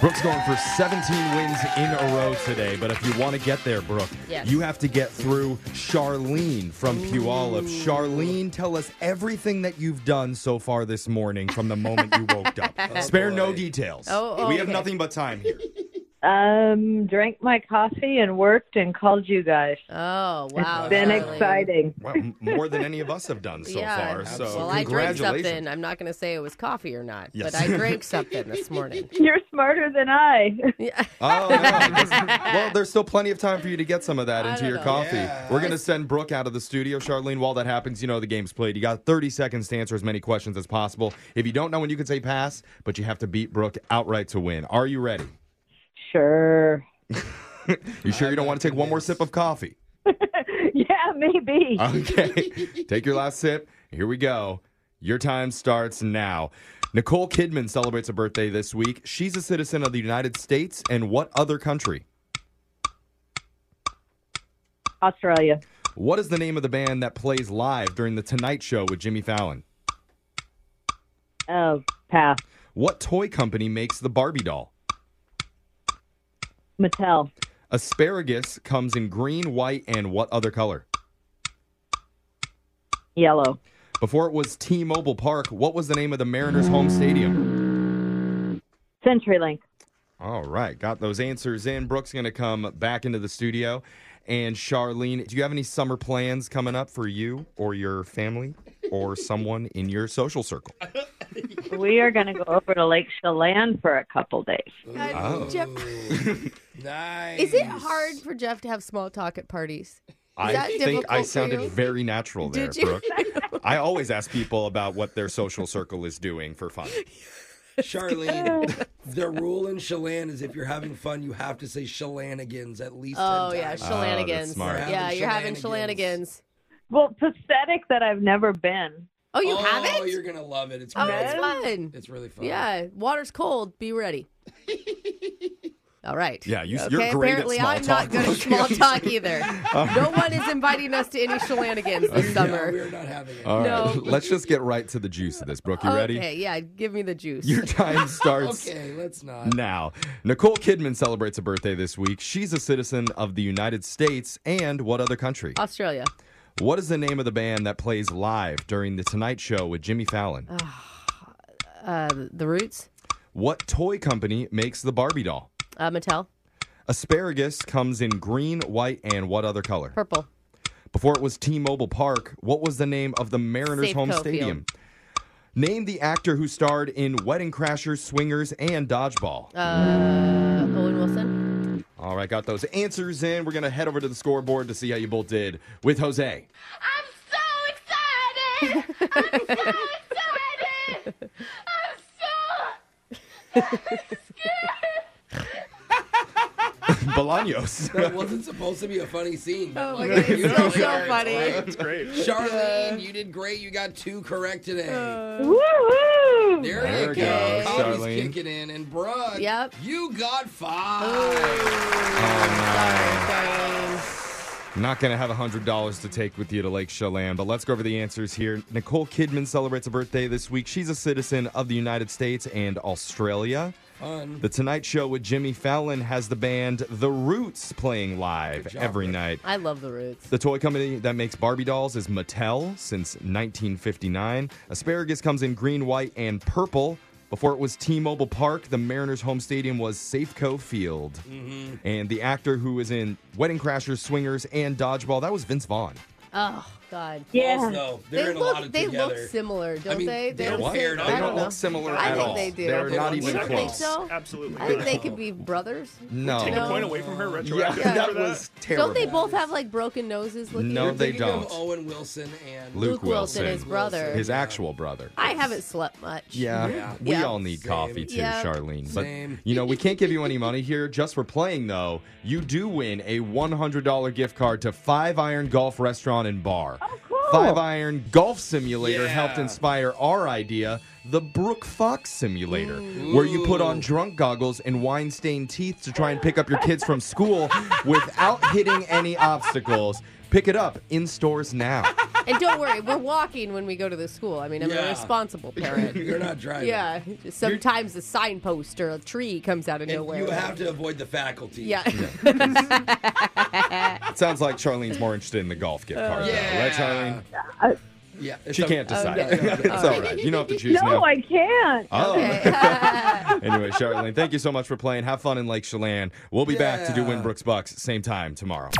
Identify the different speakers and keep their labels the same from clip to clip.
Speaker 1: Brooke's going for 17 wins in a row today, but if you want to get there, Brooke,
Speaker 2: Yes.
Speaker 1: you have to get through Charlene from Puyallup. Charlene, tell us everything that you've done so far this morning from the moment you woke up. Spare no
Speaker 3: boy.
Speaker 1: details.
Speaker 2: Oh, oh,
Speaker 1: we have
Speaker 2: okay.
Speaker 1: nothing but time here.
Speaker 4: Um, drank my coffee and worked and called you guys.
Speaker 2: Oh, wow.
Speaker 4: it's been
Speaker 2: Charlene.
Speaker 4: exciting.
Speaker 1: Well, m- more than any of us have done so
Speaker 2: yeah.
Speaker 1: far. So,
Speaker 2: well, I drank
Speaker 1: congratulations.
Speaker 2: something. I'm not going to say it was coffee or not,
Speaker 1: Yes.
Speaker 2: but I drank something this morning.
Speaker 4: You're smarter than I.
Speaker 2: Yeah.
Speaker 1: Oh, no, I guess- well, there's still plenty of time for you to get some of that
Speaker 2: I
Speaker 1: into
Speaker 2: don't
Speaker 1: your
Speaker 2: know.
Speaker 1: coffee.
Speaker 3: Yeah.
Speaker 1: We're going to send Brooke out of the studio, Charlene. While that happens, you know the game's played. You got 30 seconds to answer as many questions as possible. If you don't know when you can say pass, but you have to beat Brooke outright to win. Are you ready?
Speaker 4: Sure.
Speaker 1: You sure you don't want to take one more sip of coffee?
Speaker 4: Yeah, maybe.
Speaker 1: Uh. Okay. Take your last sip. Here we go. Your time starts now. Nicole Kidman celebrates a birthday this week. She's a citizen of the United States and what other country?
Speaker 4: Australia.
Speaker 1: What is the name of the band that plays live during the Tonight Show with Jimmy Fallon?
Speaker 4: Oh, pass.
Speaker 1: What toy company makes the Barbie doll?
Speaker 4: Mattel.
Speaker 1: Asparagus comes in green, white, and what other color?
Speaker 4: Yellow.
Speaker 1: Before it was T Mobile Park, what was the name of the Mariners home stadium?
Speaker 4: CenturyLink.
Speaker 1: All right, got those answers in. Brooke's going to come back into the studio. And Charlene, do you have any summer plans coming up for you or your family or someone in your social circle?
Speaker 4: We are going to go over to Lake Chelan for a couple days.
Speaker 1: Oh.
Speaker 2: Uh, Jeff,
Speaker 3: Oh, nice.
Speaker 2: is it hard for Jeff to have small talk at parties?
Speaker 1: I
Speaker 2: that
Speaker 1: think I
Speaker 2: difficult for
Speaker 1: sounded
Speaker 2: you?
Speaker 1: very natural there,
Speaker 2: Did you?
Speaker 1: Brooke. I always ask people about what their social circle is doing for fun.
Speaker 3: Charlene, the rule in Chelan is if you're having fun, you have to say Chelanigans at least
Speaker 2: Oh,
Speaker 3: 10
Speaker 2: yeah.
Speaker 3: times.
Speaker 2: Shenanigans.
Speaker 1: smart. You're
Speaker 3: having
Speaker 2: Yeah, you're having shenanigans.
Speaker 3: shenanigans.
Speaker 4: Well, pathetic that I've never been.
Speaker 2: Oh, you
Speaker 3: oh,
Speaker 2: have it?
Speaker 3: you're going to love it. It's
Speaker 2: oh,
Speaker 3: great.
Speaker 2: it's fun.
Speaker 3: It's really fun.
Speaker 2: Yeah, water's cold. Be ready. All right.
Speaker 1: Yeah, you-
Speaker 2: okay,
Speaker 1: you're great at
Speaker 2: apparently
Speaker 1: small
Speaker 2: I'm
Speaker 1: talk.
Speaker 2: not good at small talk either. no one is inviting us to any shenanigans this
Speaker 3: No,
Speaker 2: summer.
Speaker 3: we're not having it.
Speaker 1: All right,
Speaker 2: No.
Speaker 1: let's just get right to the juice of this, Brooke. You ready?
Speaker 2: Okay, yeah, give me the juice.
Speaker 1: Your time starts
Speaker 3: okay, let's not.
Speaker 1: now. Nicole Kidman celebrates a birthday this week. She's a citizen of the United States and what other country?
Speaker 2: Australia.
Speaker 1: What is the name of the band that plays live during The Tonight Show with Jimmy Fallon?
Speaker 2: Oh. Uh, the Roots.
Speaker 1: What toy company makes the Barbie doll?
Speaker 2: Uh, Mattel.
Speaker 1: Asparagus comes in green, white, and what other color?
Speaker 2: Purple.
Speaker 1: Before it was T Mobile Park, what was the name of the Mariners
Speaker 2: Safeco
Speaker 1: home
Speaker 2: Field.
Speaker 1: stadium? Name the actor who starred in Wedding Crashers, Swingers, and Dodgeball.
Speaker 2: Uh, Owen Wilson.
Speaker 1: All right, got those answers in. We're going to head over to the scoreboard to see how you both did with Jose.
Speaker 5: I'm so excited! I'm so excited! I'm so
Speaker 3: That
Speaker 1: Bolaños.
Speaker 3: wasn't supposed to be a funny scene.
Speaker 2: Oh my
Speaker 3: You
Speaker 2: God, it's
Speaker 3: know
Speaker 2: so,
Speaker 3: where
Speaker 2: so
Speaker 3: it's
Speaker 2: funny.
Speaker 3: like,
Speaker 6: That's great.
Speaker 3: Charlene, you did great. You got two correct today.
Speaker 2: Oh.
Speaker 4: Woohoo!
Speaker 3: there,
Speaker 1: There
Speaker 3: you
Speaker 1: it
Speaker 3: go.
Speaker 1: goes,
Speaker 3: Coffee's
Speaker 1: Charlene.
Speaker 3: kicking in. And Brooke,
Speaker 2: Yep.
Speaker 3: you got five.
Speaker 1: Not going to have $100 to take with you to Lake Chelan, but let's go over the answers here. Nicole Kidman celebrates a birthday this week. She's a citizen of the United States and Australia.
Speaker 3: Fun.
Speaker 1: The Tonight Show with Jimmy Fallon has the band The Roots playing live
Speaker 3: job,
Speaker 1: every
Speaker 3: Rick.
Speaker 1: night.
Speaker 2: I love the Roots.
Speaker 1: The toy company that makes Barbie dolls is Mattel since 1959. Asparagus comes in green, white, and purple. Before it was T Mobile Park, the Mariners' home stadium was Safeco Field. And the actor who was in Wedding Crashers, Swingers, and Dodgeball, that was Vince Vaughn.
Speaker 2: Oh God.
Speaker 4: Yeah.
Speaker 3: Also, they're
Speaker 2: they
Speaker 3: in
Speaker 2: look
Speaker 3: a lot of
Speaker 2: they
Speaker 3: together.
Speaker 2: look similar, don't
Speaker 3: mean,
Speaker 2: they?
Speaker 3: they're
Speaker 2: don't
Speaker 3: what?
Speaker 2: seem-
Speaker 3: They
Speaker 2: I
Speaker 3: don't
Speaker 2: don't know.
Speaker 1: look similar
Speaker 2: I
Speaker 1: at
Speaker 2: think
Speaker 1: all.
Speaker 2: they do.
Speaker 1: They're
Speaker 3: They
Speaker 1: not
Speaker 3: don't
Speaker 1: even
Speaker 3: look
Speaker 2: You don't
Speaker 1: close.
Speaker 2: think so?
Speaker 6: Absolutely.
Speaker 2: I think they could be brothers.
Speaker 1: No.
Speaker 6: Take
Speaker 2: No.
Speaker 6: a point away from her retroactively.
Speaker 1: Yeah,
Speaker 2: Yeah.
Speaker 1: that
Speaker 6: for that.
Speaker 1: was terrible.
Speaker 2: Don't they both have like broken noses? Looking
Speaker 1: No,
Speaker 3: You're
Speaker 1: they
Speaker 3: thinking of
Speaker 1: don't.
Speaker 3: Owen Wilson and
Speaker 1: Luke,
Speaker 2: Luke Wilson,
Speaker 1: Wilson,
Speaker 2: his brother.
Speaker 1: his actual brother.
Speaker 2: I haven't slept much.
Speaker 1: Yeah,
Speaker 3: Yeah.
Speaker 1: we
Speaker 2: Yeah.
Speaker 1: all need
Speaker 3: Same.
Speaker 1: coffee too,
Speaker 2: Yeah.
Speaker 1: Charlene. But
Speaker 3: Same.
Speaker 1: you know, we can't give you any money here just for playing though. You do win a $100 gift card to Five Iron Golf Restaurant and Bar.
Speaker 2: Oh,
Speaker 1: Five Iron Golf Simulator
Speaker 3: Yeah.
Speaker 1: helped inspire our idea, the Brook Fox Simulator,
Speaker 3: Mm.
Speaker 1: where you put on drunk goggles and wine stained teeth to try and pick up your kids from school without hitting any obstacles. Pick it up in stores now.
Speaker 2: And don't worry, we're walking when we go to the school. I mean, I'm a
Speaker 3: Yeah.
Speaker 2: responsible parent.
Speaker 3: You're not driving.
Speaker 2: Yeah. Sometimes a signpost or a tree comes out of
Speaker 3: And
Speaker 2: nowhere.
Speaker 3: you have to avoid the faculty.
Speaker 2: yeah.
Speaker 1: It sounds like Charlene's more interested in the golf gift card, though,
Speaker 3: Yeah.
Speaker 1: right, Charlene?
Speaker 3: Yeah. it's
Speaker 1: She
Speaker 3: a-
Speaker 1: can't decide.
Speaker 2: Okay.
Speaker 1: It's all right. You don't have to choose
Speaker 4: No,
Speaker 1: now.
Speaker 4: I can't.
Speaker 1: oh.
Speaker 2: Okay.
Speaker 1: anyway, Charlene, thank you so much for playing. Have fun in Lake Chelan. We'll be back to do
Speaker 3: Yeah.
Speaker 1: Winbrook's Bucks same time tomorrow.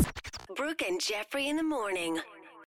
Speaker 6: Brooke and Jeffrey in the morning.